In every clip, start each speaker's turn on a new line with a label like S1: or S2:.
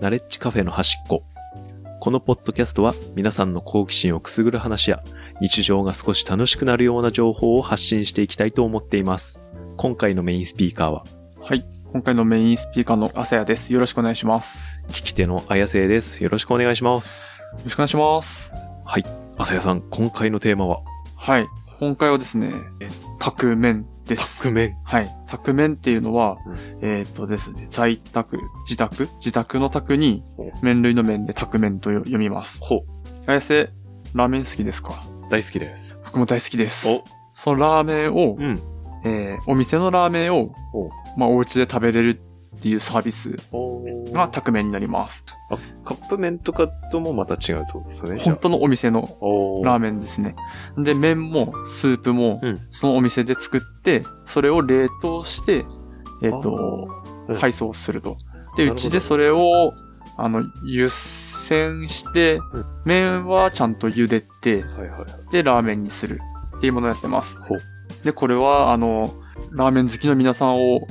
S1: ナレッジカフェの端っこ。このポッドキャストは皆さんの好奇心をくすぐる話や日常が少し楽しくなるような情報を発信していきたいと思っています。今回のメインスピーカーは
S2: はい。今回のメインスピーカーの朝やです。よろしくお願いします。
S1: 聞き手の綾瀬です。よろしくお願いします。
S2: よろしくお願いします。
S1: 朝やさん、今回のテーマは
S2: はい。今回はですね、え宅面です。
S1: 革命。
S2: はい。宅面っていうのは、
S1: うん
S2: えっ、とですね、在宅、自宅、自宅の宅に、麺類の面で宅面とよ読みます。
S1: ほう。
S2: 綾瀬、ラーメン好きですか
S1: 大好きです。
S2: 僕も大好きです。
S1: お、
S2: そのラーメンを、
S1: うん。
S2: えーお店のラーメンを
S1: お、
S2: まあ、お家で食べれるっていうサービスが
S1: ま
S2: 宅面になります。
S1: あ、カップ麺とかともまた違うってことですね。
S2: 本当のお店の
S1: お
S2: ラー
S1: ン。
S2: メンですね。で、麺もスープも
S1: うん、
S2: そのお店で作って、それを冷凍して、えっ、と、
S1: あーうん
S2: 配送すると。
S1: な
S2: で、
S1: るほど
S2: うちでそれを、あの、湯煎して
S1: うん、
S2: 麺はちゃんと茹でて、
S1: はいはい。
S2: で、ラーメンにするっていうものをやってます
S1: ほう。
S2: で、これは、あの、ラーメン好きの皆さんを
S1: ほう、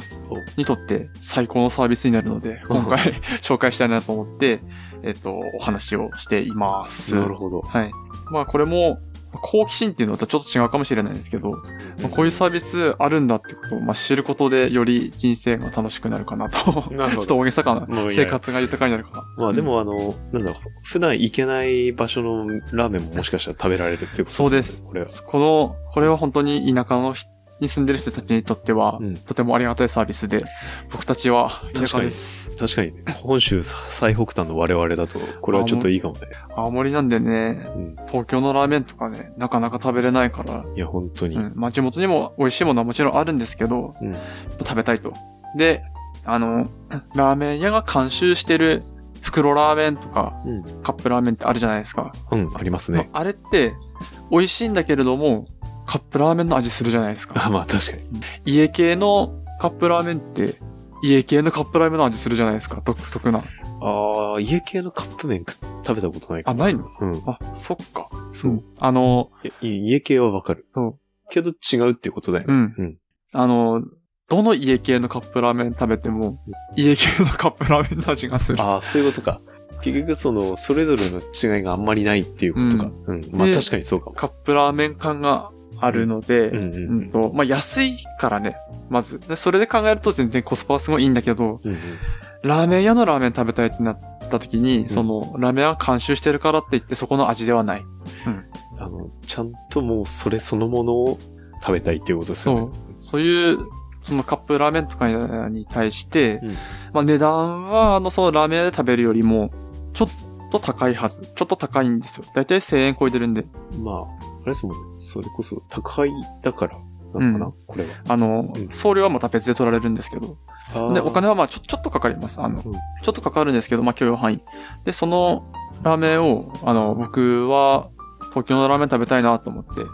S2: にとって最高のサービスになる ので、今回紹介したいなと思って、えっ、と、お話をしています。
S1: なるほど。
S2: はい。まあこれも、好奇心っていうのとちょっと違うかもしれないんですけど、まあこういうサービスあるんだってことを、まあ、知ることでより人生が楽しくなるかなと。ちょ
S1: なるほ
S2: っと
S1: ど。
S2: 大げさかな
S1: もう。いいや
S2: 生活が豊かになるか
S1: まあでもあの、なんだろう、普段行けない場所のラーメンももしかしたら食べられるっていうこと
S2: な。そうです。
S1: こ
S2: こ
S1: れは。
S2: の、これは本当に田舎の人に住んでる人たちにとっては、
S1: うん
S2: とてもありがたいサービスで、僕たちは田舎です。
S1: 確かにね、本州最北端の我々だと、これはちょっといいかもね。
S2: 青森なんでね、
S1: うん
S2: 東京のラーメンとかね、なかなか食べれないから、
S1: いや、本当に。
S2: うん、まあ地元にも美味しいものはもちろんあるんですけど、
S1: うん
S2: やっぱ食べたいと。で、あの、ラーメン屋が監修してる袋ラーメンとか、
S1: うん
S2: カップラーメンってあるじゃないですか。
S1: うん、ありますね。
S2: まああれって、美味しいんだけれども、カップラーメンの味するじゃないです
S1: あ、
S2: か。
S1: まあ確かに。
S2: 家系のカップラーメンって、家系のカップラーメンの味するじゃないですか。独特な。
S1: ああ、家系のカップ麺食食べたことないか
S2: あ、ないの
S1: ら。うん。
S2: あ、そっか。
S1: そう。。
S2: あの、
S1: い家系はわかる。
S2: そ
S1: けど違うっていうことだよ
S2: う。う
S1: ね。
S2: ん。
S1: うん
S2: あの、どの家系のカップラーメン食べても、家系のカップラーメンの味がする。
S1: ああ、そういうことか。結局その、それぞれの違いがあんまりないっていうことか。うん。まあ
S2: で
S1: 確かにそうかも。
S2: カップラーメン感があるので、
S1: う
S2: うん
S1: んうんうん。
S2: とまあ、安いからね、まず。でそれで考えると全然コスパはすごいいいんだけど、
S1: うんうん
S2: ラーメン屋のラーメン食べたいってなった時に、その、ラーメン屋が監修してるからって言ってそこの味ではない。
S1: あの、ちゃんともうそれそのものを食べたいっていうことですよね
S2: そ。う。そういう、そのカップラーメンとかに対して、
S1: うん
S2: まあ値段は、あの、そのラーメン屋で食べるよりも、ちょっと高いはず。ちょっと高いんですよ。だいたい1000円超えてるんで。
S1: まあ、あれですもんね。それこそ高いだからなのかな、
S2: うん
S1: これは。
S2: あの、
S1: うん
S2: 送料はまた別で取られるんですけど。で、お金はまあちょ、ちょっとかかります。あの、
S1: うん
S2: ちょっとかかるんですけど、まあ許容範囲。で、そのラーメンを、あの、僕は東京のラーメン食べたいなと思って
S1: ん、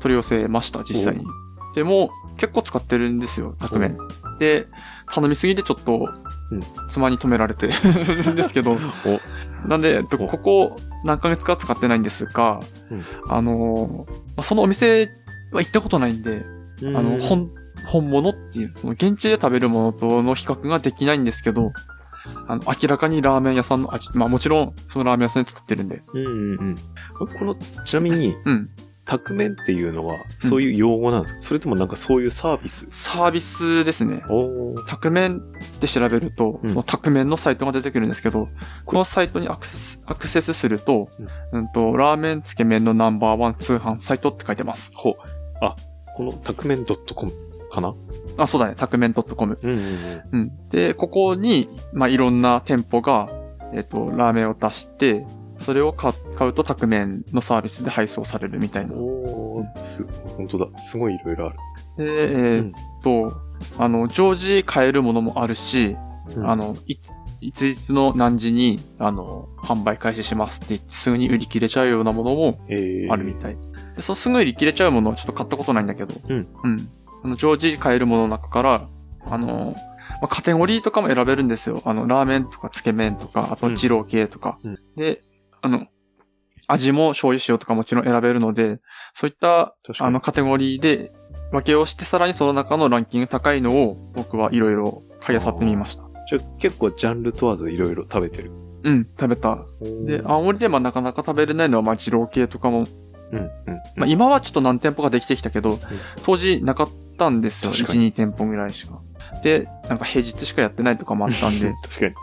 S2: 取り寄せました、実際に。でも、結構使ってるんですよ、宅麺。で、頼みすぎてちょっと
S1: うん、
S2: 妻に止められてるんですけど、なんで、えっと
S1: お
S2: ここ何ヶ月か使ってないんですが、
S1: うん
S2: あの、まあそのお店は行ったことないんで、
S1: うん
S2: あの、本、本物っていう、その現地で食べるものとの比較ができないんですけど、あの、明らかにラーメン屋さんの味、まあもちろん、そのラーメン屋さんで作ってるんで。
S1: うんうんうん。この、ちなみに、
S2: うん。
S1: 宅麺っていうのは、そういう用語なんですか、それともなんかそういうサービス
S2: サービスですね。
S1: おおー。
S2: 宅麺って調べると、
S1: うん
S2: その宅麺のサイトが出てくるんですけど、このサイトにアクセスアクセスすると、うんと、ラーメンつけ麺のナンバーワン通販サイトって書いてます。
S1: ほう。あ、この宅麺 .com かな
S2: あ、そうだね、宅麺 .com。
S1: うんうんうん。
S2: うん。で、ここに、まあ、いろんな店舗が、えっ、と、ラーメンを出して、それを買買うと、宅麺のサービスで配送されるみたいな。
S1: おー、す、本当だ。すごいいろいろある。
S2: で、えっと、あの、常時買えるものもあるし、
S1: うん
S2: あの、いつ、いついつの何時に、あの、販売開始しますって言って、すぐに売り切れちゃうようなものも
S1: えー、
S2: あるみたい。で、そのすぐ売り切れちゃうものはちょっと買ったことないんだけど、
S1: うん。
S2: あの、常時買えるものの中から、あの、まあ、カテゴリーとかも選べるんですよ。あの、ラーメンとかつけ麺とか、あと
S1: うん
S2: 二郎系とか。
S1: うん
S2: で、あの、味も醤油塩とかもちろん選べるので、そういった、
S1: 確かに
S2: あの、カテゴリーで分けをして、さらにその中のランキング高いのを僕はいろいろ買い漁ってみました。
S1: じゃあ結構ジャンル問わずいろいろ食べてる。
S2: うん、食べた。で、青森でまあなかなか食べれないのは、まあ、二郎系とかも、
S1: うん、うん、うん。
S2: まあ、今はちょっと何店舗かできてきたけど、当時なかったんですよ。
S1: 確
S2: 1
S1: かに、、
S2: 2店舗ぐらいしか。で、なんか平日しかやってないとかもあったんで
S1: 確かに。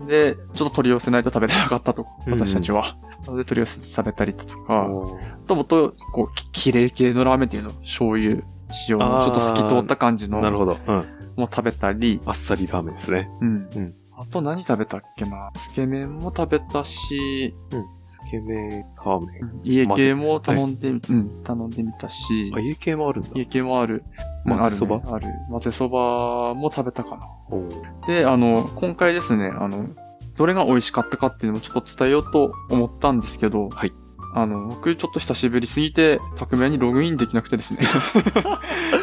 S2: うん。で、ちょっと取り寄せないと食べれなかったと、
S1: うんうん
S2: 私たちは。なので取り寄せて食べたりだとか、
S1: おー
S2: あともっと、こう、ききれい系のラーメンっていうの、醤油、塩
S1: あ
S2: の、
S1: ー
S2: ちょっと透き通った感じの、
S1: なる
S2: も
S1: ほど。うん。
S2: 食べたり、
S1: あっさりラーメンですね。
S2: うん。
S1: うん
S2: あと何食べたっけなつけ麺も食べたし、
S1: うん。つけ麺、ラーメン。
S2: 家系も頼んで、うん、頼んでみたし
S1: あ、、家系もあるんだ。
S2: 家系もある。うん
S1: 混ぜそば
S2: ある,、ね、ある。混ぜそばも食べたかな。
S1: おー
S2: で、あの、今回ですね、あの、どれが美味しかったかっていうのもちょっと伝えようと思ったんですけど、
S1: はい。
S2: あの、僕ちょっと久しぶりすぎて、拓命にログインできなく てですね。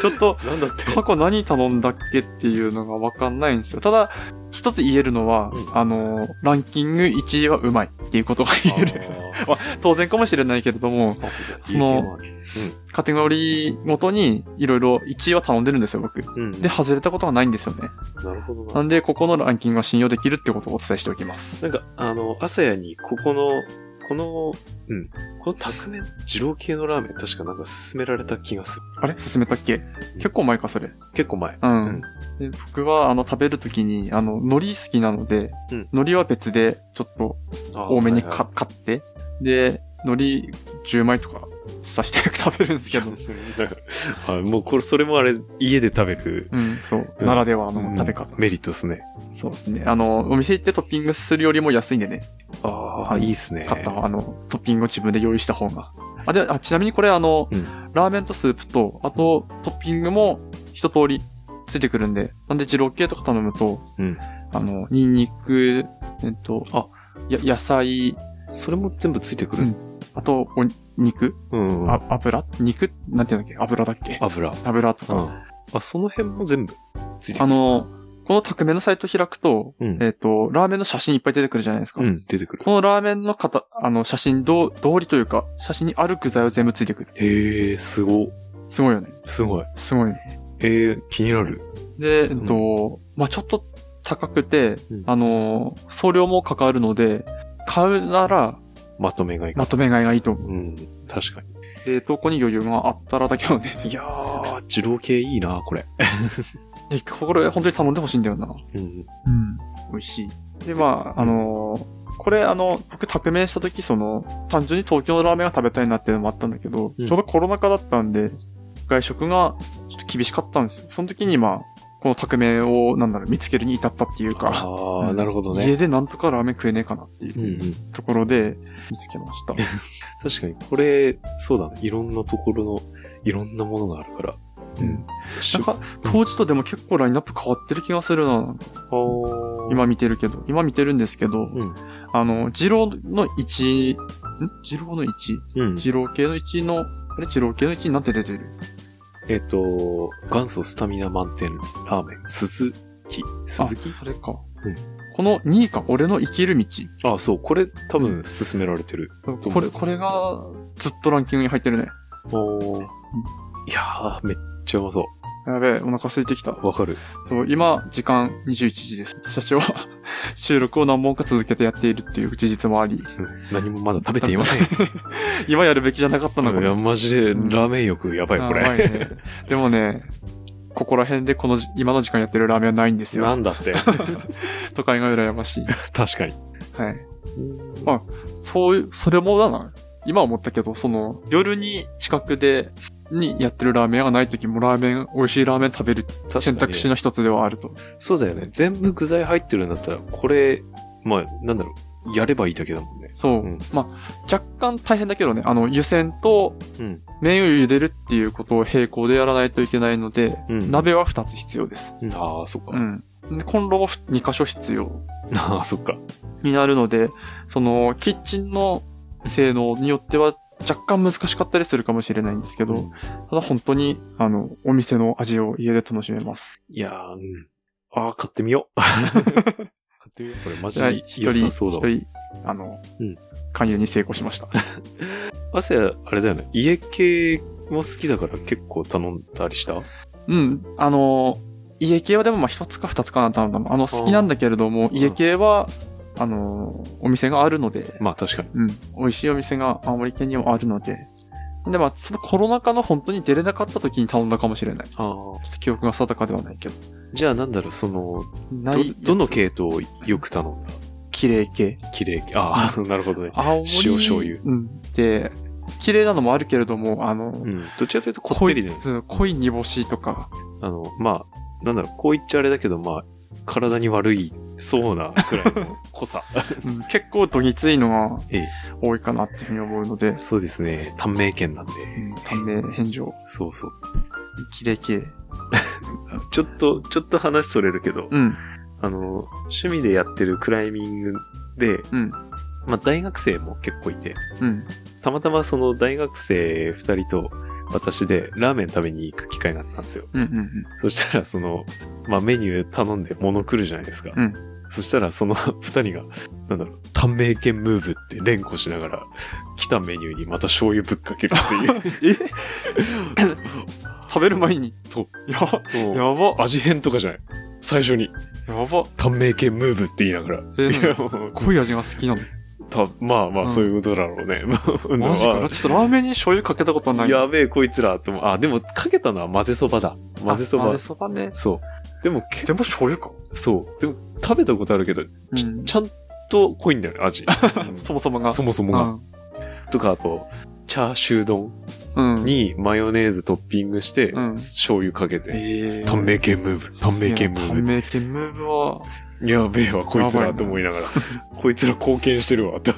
S2: ちょっと、
S1: なんだって。
S2: 過去何頼んだっけっていうのがわかんないんですよ。ただ、一つ言えるのは、
S1: うん
S2: あの、ランキング1位はうまいっていうことが言える。当然かもしれないけれども、
S1: あー。
S2: その
S1: 家系もある
S2: カテゴリーごとにいろいろ1位は頼んでるんですよ、僕。
S1: うん。
S2: で、外れたことがないんですよね。
S1: なるほどな
S2: な。んで、ここのランキングは信用できるってことをお伝えしておきます。
S1: なんか、あの、朝やに、ここの、この、うん、この宅麺、二郎系のラーメン、確かなんか勧められた気がする。
S2: あれ進めたっけ結構前か、それ。
S1: 結構前。
S2: うん。
S1: うん
S2: で僕は、あの、食べるときに、あの、海苔好きなので、
S1: うん
S2: 海苔は別で、ちょっと多めにか、買って、で、海苔10枚とか刺して 食べるんです
S1: つ
S2: け
S1: け
S2: ど、
S1: はい、もうこれ、それ もあれ、家で食べる、
S2: うん、そう、
S1: うん
S2: ならではの食べ方。
S1: メリットですね。
S2: そうですね。あの、お店行ってトッピングするよりも安いんでね、
S1: ああ、
S2: うん
S1: いいっすね。
S2: 買った、あの、トッピングを自分で用意した方が。あ、で、あ、ちなみにこれ、あの、
S1: うん
S2: ラーメンとスープと、あと、トッピングも一通りついてくるんで、なんで、二郎系とか頼むと、
S1: うん
S2: あの、ニンニク、えっと、
S1: あ
S2: や野菜、
S1: それも全部ついてくる。
S2: あと、お肉、
S1: うん。うん、
S2: あ油肉なんていうんだっけ油だっけ
S1: 油。
S2: 油と
S1: う
S2: か。
S1: ん。あ、その辺も全部ついてく
S2: あ
S1: る。
S2: の、この匠のサイト開くと、
S1: うん
S2: えっ、と、ラーメンの写真いっぱい出てくるじゃないですか。
S1: うん、出てくる。
S2: このラーメンの方、あの、写真どう、通りというか、写真にある具材を全部ついてくる。
S1: へえ、すご。
S2: すごいよね。
S1: すごい。
S2: すごい。
S1: ええ、気になる。
S2: で、えっと、まあちょっと高くて、
S1: うん
S2: あの、送料もかかるので、買うなら、
S1: まとめがいいか。
S2: まとめ買いがいいと思う。
S1: うん、確かに。
S2: 冷凍庫に余裕があったらだけどね。
S1: いやー、二郎系いいな、これ。
S2: でこれ本当に頼んでほしいんだよな。
S1: うん。
S2: うん。美味しい。で、まああのこれあの、僕、宅名した時、その、単純に東京のラーメンが食べたいなっていうのもあったんだけど、
S1: うん
S2: ちょうどコロナ禍だったんで、外食がちょっと厳しかったんですよ。その時にまあ、この宅名を、なんだろう、見つけるに至ったっていうか、
S1: ああ、
S2: うん
S1: なるほどね。
S2: 家でなんとかラーメン食えねえかなっていううん
S1: うん、
S2: ところで見つけました。
S1: 確かに、これ、そうだね。いろんなところの、いろんなものがあるから。
S2: うん
S1: し
S2: なんか、当時とでも結構ラインナップ変わってる気がするな。
S1: あー
S2: 今見てるけど、今見てるんですけど、
S1: うん
S2: あの、二郎の1、ん二郎の 1?
S1: うん、
S2: 二郎系の1の、あれ二郎系の1なんて出てる
S1: えっ、と、元祖スタミナ満点ラーメン、鈴木。鈴木
S2: あれか。
S1: うん
S2: この2位か、俺の生きる道。
S1: あそう、これ多分勧められてる。
S2: これ、これがずっとランキングに入ってるね。
S1: おーいやー、めっちゃうまそ
S2: やべえ、お腹空いてきた。
S1: う。わかる。
S2: そう、今、時間21時です。私たちは 収録を何本か続けてやっているっていう事実もあり、
S1: うん何もまだ食べていま せん。い
S2: 今やるべきじゃなかったのか
S1: や、 マジでラーメン欲やばい、これ。
S2: ね。でもね、ここら辺でこのじ今の時間やってるラーメンはないんです
S1: な
S2: よ。
S1: んだって。
S2: 都会が羨ましい。
S1: 確かに。
S2: はい。そういう、それもだな。今思ったけど、その、夜に近くで、にやってるラーメン屋がない時もラーメン、美味しいラーメン食べる
S1: 確かに
S2: 選択肢の一つではあると。
S1: そうだよね。全部具材入ってるんだったら、これ、まあ、なんだろう。やればいいだけだもんね。
S2: そう。
S1: うん
S2: まあ、若干大変だけどね、あの、湯煎と
S1: うん。
S2: 麺を茹でるっていうことを並行でやらないといけないので、
S1: うん
S2: 鍋は2つ必要です。
S1: うんああ、そっか。
S2: うん。でコンロも2箇所必要。
S1: ああ、そっか。
S2: になるので、その、キッチンの性能によっては若干難しかったりするかもしれないんですけど、ただ本当に、あの、お店の味を家で楽しめます。
S1: いやー、うん。ああ、買ってみよ う。買ってみよう。これマジ
S2: じゃあ、
S1: で
S2: 一
S1: 良
S2: 人、
S1: さ
S2: 一
S1: そうだわ。
S2: 人、あの、
S1: うん
S2: 勧誘に成功しました。
S1: 汗、あれだよね。家系も好きだから結構頼んだりした
S2: うん、あの、家系はでもまあ一つか二つかな、多分。あの、好きなんだけれども、
S1: ん
S2: 家系は、あの、お店があるので、
S1: まあ確かに。
S2: うん、美味しいお店が青森県にもあるので、で、まあ、そのコロナ禍の本当に出れなかった時に頼んだかもしれない。ちょ
S1: ああ。
S2: っと記憶が定かではないけど。
S1: じゃあなんだろう、その、
S2: な
S1: ど
S2: い、
S1: どの
S2: やつ
S1: 系統をよく頼んだ
S2: 綺麗系。
S1: 綺麗系。あ あ、なるほどね。
S2: 青森。
S1: 塩醤油
S2: うん。で、綺麗なのもあるけれども、あの、
S1: うん。どちらかというとこってりね。
S2: その濃い煮干しとか、
S1: あの、まあ、なんだろう、こう言っちゃあれだけど、まあ、体に悪いそうなくらい の濃さ。
S2: うん結構どぎついのが
S1: ええ
S2: 多いかなっていうふうに思うので、
S1: そうですね。短命県なんで。
S2: うん、短命返上、
S1: そうそう。
S2: 綺麗系。
S1: ちょっと、ちょっと話それるけど、
S2: うん、
S1: あの、趣味でやってるクライミングで、
S2: うん、
S1: まあ、大学生も結構いて、
S2: うん、
S1: たまたまその大学生二人と私でラーメン食べに行く機会があったんですよ。
S2: うん、うん、
S1: そしたらその、まあ、メニュー頼んで物来るじゃないですか。
S2: うん
S1: そしたらその二人が、なんだろう、短命犬ムーブって連呼しながら、来たメニューにまた醤油ぶっかけるっていう。
S2: え食べる前に。
S1: そう。
S2: や、
S1: もう
S2: やば、
S1: 味変とかじゃない。最初に、
S2: やば。
S1: 短命犬ムーブって言いながら。
S2: え
S1: いや、もう、
S2: 濃い味が好きなの。
S1: たまあま
S2: う
S1: あ、
S2: ん
S1: そういうことだろうね。
S2: マジか。ちょっとラーメンに醤油かけたことはない。
S1: やべえ、こいつら、と思う。あ、でも、かけたのは混ぜそばだ。混ぜそ
S2: あ混
S1: ば
S2: ぜ。そばね。
S1: そう。でも、け
S2: でも醤油か。
S1: そう。でも、食べたことあるけど、ち
S2: うん
S1: ちゃんと濃いんだよね、 味。
S2: そもそもが。
S1: そもそもが。とか、あと、チャーシュー丼
S2: うん。うん。
S1: にマヨネーズトッピングして、
S2: うん
S1: 醤油かけて。
S2: えー
S1: 短命系ムーブ。短命系ム
S2: 短
S1: ー
S2: 命系ムーブは、
S1: ブ。やべえわ、こいつ
S2: やばい
S1: ら、
S2: な
S1: と思いながら。こいつら貢献してるわ、 と。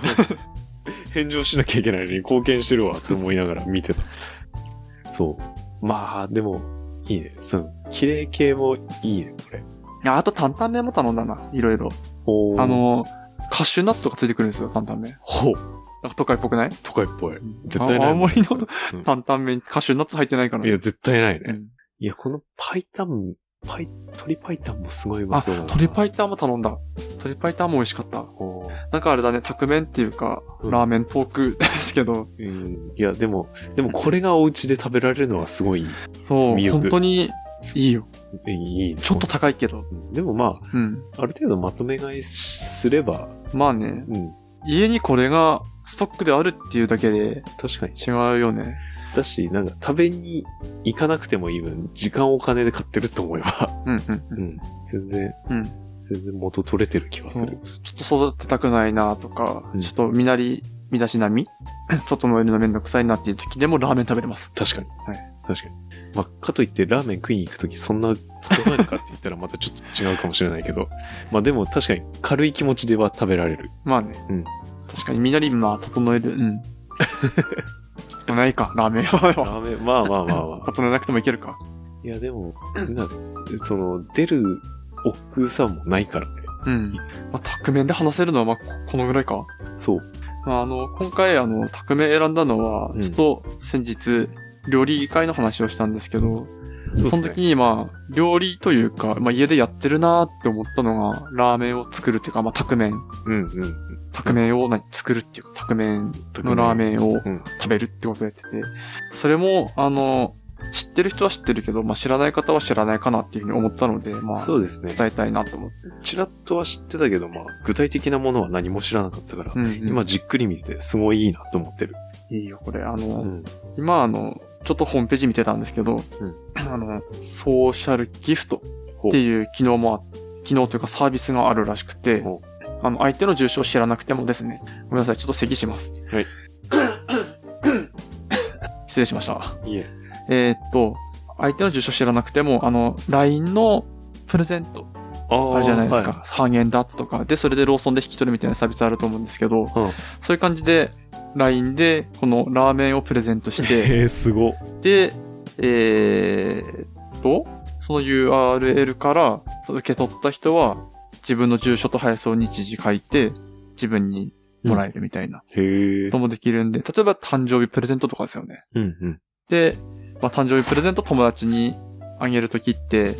S1: 返上しなきゃいけないのに貢献してるわ、と思いながら見てた。そう。まあ、でも、いいね。その、綺麗系もいいね、これ。
S2: いやあと担々麺も頼んだな。いろいろ。
S1: ほ
S2: あ、の、カッシュナッツとかついてくるんですよ、担々麺。
S1: ほう。
S2: なんか都会っぽくない
S1: 都会っぽい。絶対
S2: あ
S1: ない。
S2: 青森の
S1: うん
S2: 担々麺、カッシュナッツ入ってないから。
S1: いや、絶対ないうね。
S2: ん
S1: いや、このパイタン、パイ、鶏パイタンもすごいうま
S2: あ、
S1: そうだな。
S2: 鶏パイタンも頼んだ。鶏パイタンも美味しかった。
S1: ほ
S2: なんかあれだね、卓麺っていうか、
S1: うん
S2: ラーメン、ポーク ですけど、
S1: う。うん。いや、でも、でもこれがお家で食べられるのはすごい、
S2: そう、
S1: 魅力
S2: 本当にいいよ。
S1: いい。
S2: ちょっと。高いけど。
S1: でもま
S2: うん。
S1: あ、ある程度まとめ買いすれば、
S2: まあね、
S1: うん。
S2: 家にこれがストックであるっていうだけで
S1: 確かに。
S2: 違うよね。
S1: だし、なんか食べに行かなくてもいい分、時間お金で買ってると思えば、
S2: うんうんう。
S1: うんん。全然、
S2: うん
S1: 全然元取れてる気はする。
S2: ちょっと育てたくないなとか、
S1: うん
S2: ちょっと身なり、身だしなみ、整えるのめんどくさいなっていう時でもラーメン食べれます。
S1: 確かに。
S2: は
S1: 確かに。まあ、かといってラーメン食いに行くときそんな整えるかって言ったらまたちょっと違うかもしれないけど。まあでも確かに軽い気持ちでは食べられる。
S2: まあね。
S1: うん
S2: 確かに身なり、まあ、整える。うん。ちょっとないか、ラーメンは。
S1: ラーメン、まあまあまあまあ。
S2: 整えなくてもいけるか。
S1: いやでも、なその、出る億劫さもないからね。
S2: うん。まあ、卓面で話せるのは、まあ、ここのぐらいか。
S1: そう。
S2: まあ、あの、今回、あの、卓面選んだのは
S1: う、ん
S2: ちょっと先日、料理会の話をしたんですけど、
S1: そうっ
S2: そ
S1: す
S2: の
S1: ね
S2: 時にまあ、料理というか、まあ家でやってるなーって思ったのが、ラーメンを作るっていうか、まあ、卓麺。
S1: うんうん。
S2: 卓麺を何作るっていうか、卓麺のラーメンを
S1: うん。
S2: 食べるってことやってて、それも、あの、知ってる人は知ってるけど、まあ知らない方は知らないかなっていうふうに思ったので、まあ、
S1: そうですね。
S2: 伝えたいなと思って。
S1: ちらっとは知ってたけど、まあ、具体的なものは何も知らなかったから、
S2: うん、
S1: 今じっくり見てて、すごいいいなと思ってる。
S2: いいよ、これ。あの、
S1: ん。
S2: 今、あの、ちょっとホームページ見てたんですけど、
S1: うん
S2: あの、ソーシャルギフト
S1: ほ
S2: っていう機能もあ、機能というかサービスがあるらしくて
S1: ほ、
S2: あの、相手の住所を知らなくてもですね、ごめんなさい、ちょっと咳します。
S1: はい。
S2: 失礼しました。
S1: いいえ。
S2: えーっと、相手の住所知らなくても、あの、LINE のプレゼント
S1: あー
S2: あるじゃないですか。
S1: は
S2: ハーゲンダッツとか。で、それでローソンで引き取るみたいなサービスあると思うんですけど、そういう感じで、LINE で、このラーメンをプレゼントし
S1: い
S2: て、
S1: へえ、すご。
S2: で、えーっと、その URL からそう受け取った人は、自分の住所と配送日時書いて、自分にもらえるみたいな
S1: へえ
S2: こと。もできるんで、例えば誕生日プレゼントとかですよね。
S1: うんうん。
S2: で、まあ、誕生日プレゼント友達にあげるときって、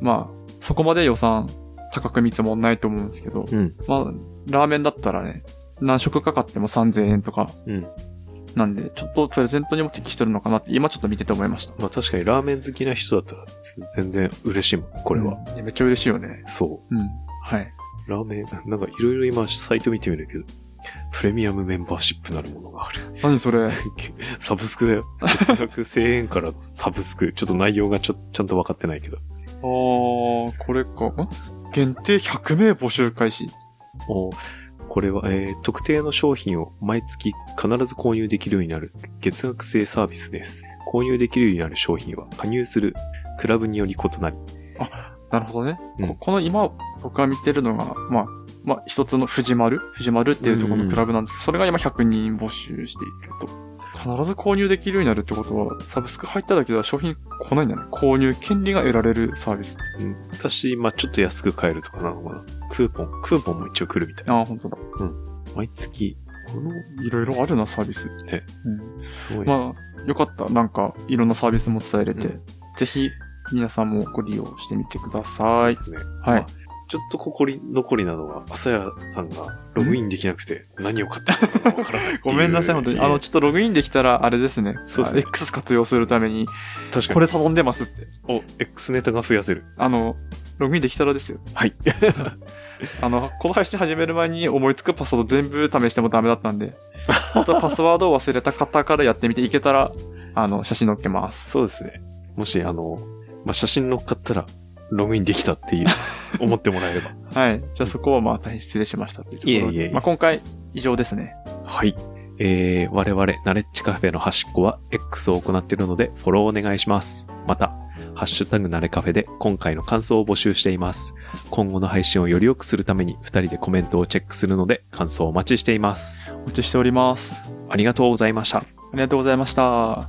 S2: まあ、そこまで予算高く見積もんないと思うんですけど、
S1: うん
S2: まあ、ラーメンだったらね、何食かかっても3000円とか、
S1: うん
S2: なんで、ちょっとプレゼントにも適してるのかなって、今ちょっと見てて思いました。
S1: まあ確かにラーメン好きな人だったら全然嬉しいもん、こ
S2: こ
S1: れは。。
S2: めっちゃ嬉しいよね。
S1: そ
S2: うん。はい。
S1: う。ラーメン、なんかいろいろ今サイト見てみるけど、プレミアムメンバーシップなるものがある。
S2: 何 それ。
S1: サブスクだよ。月額1000円からのサブスク。ちょっと内容がちょ、ちゃんと分かってないけど。
S2: あー、これか。ん限定100名募集開始。
S1: おこれは、えー特定の商品を毎月必ず購入できるようになる月額制サービスです。購入できるようになる商品は加入するクラブにより異なり。
S2: なるほどね。
S1: うん
S2: ここの今、僕が見てるのが、まあ、まあ、一つの藤丸藤丸っていうところのクラブなんですけど、それが今100人募集していると。必ず購入できるようになるってことは、サブスク入っただけでは商品来ないんだね。購入権利が得られるサービス。
S1: うん私、まあちょっと安く買えるとかなのかな。クーポン、クーポンも一応来るみたいな。
S2: ああ、本当だ。
S1: 毎月、この、
S2: いろいろあるな、サービス。
S1: ね
S2: うん。
S1: すごい。
S2: まあ、よかった。なんか、いろんなサービスも伝えれて、
S1: う
S2: ぜひ、皆さんもご利用してみてくだ
S1: そう
S2: さ
S1: で
S2: い。
S1: すね。
S2: はい
S1: まあ。ちょっとここり残りなのは、朝やさんがログインできなくて何を買ったのかわからないっていう
S2: ごめんなさい、本当に。あの、、ちょっとログインできたら、あれですね。
S1: そうですね
S2: あ X 活用するために、
S1: 確かに。
S2: これ頼んでますって。
S1: お、X ネタが増やせる。
S2: あの、ログインできたらですよ。
S1: はい。
S2: あの、この配信始める前に思いつくパスワード全部試してもダメだった んで、あとはパスワードを忘れた方からやってみていけたら、あの、写真載っけます。
S1: そうですね。もし、あの、まあ、写真乗っかったら、ログインできたっていう、思ってもらえれば。
S2: はい。じゃあそこはまあ大変失礼しましたというところで。
S1: いえいえいえ
S2: まあ今回、以上ですね。
S1: はい。えー、我々、ナレッジカフェの端っこは X を行っているので、フォローお願いします。また、ハッシュタグナレカフェで今回の感想を募集しています。今後の配信をより良くするために、2人でコメントをチェックするので、感想をお待ちしています。
S2: お待ちしております。
S1: ありがとうございました。
S2: ありがとうございました。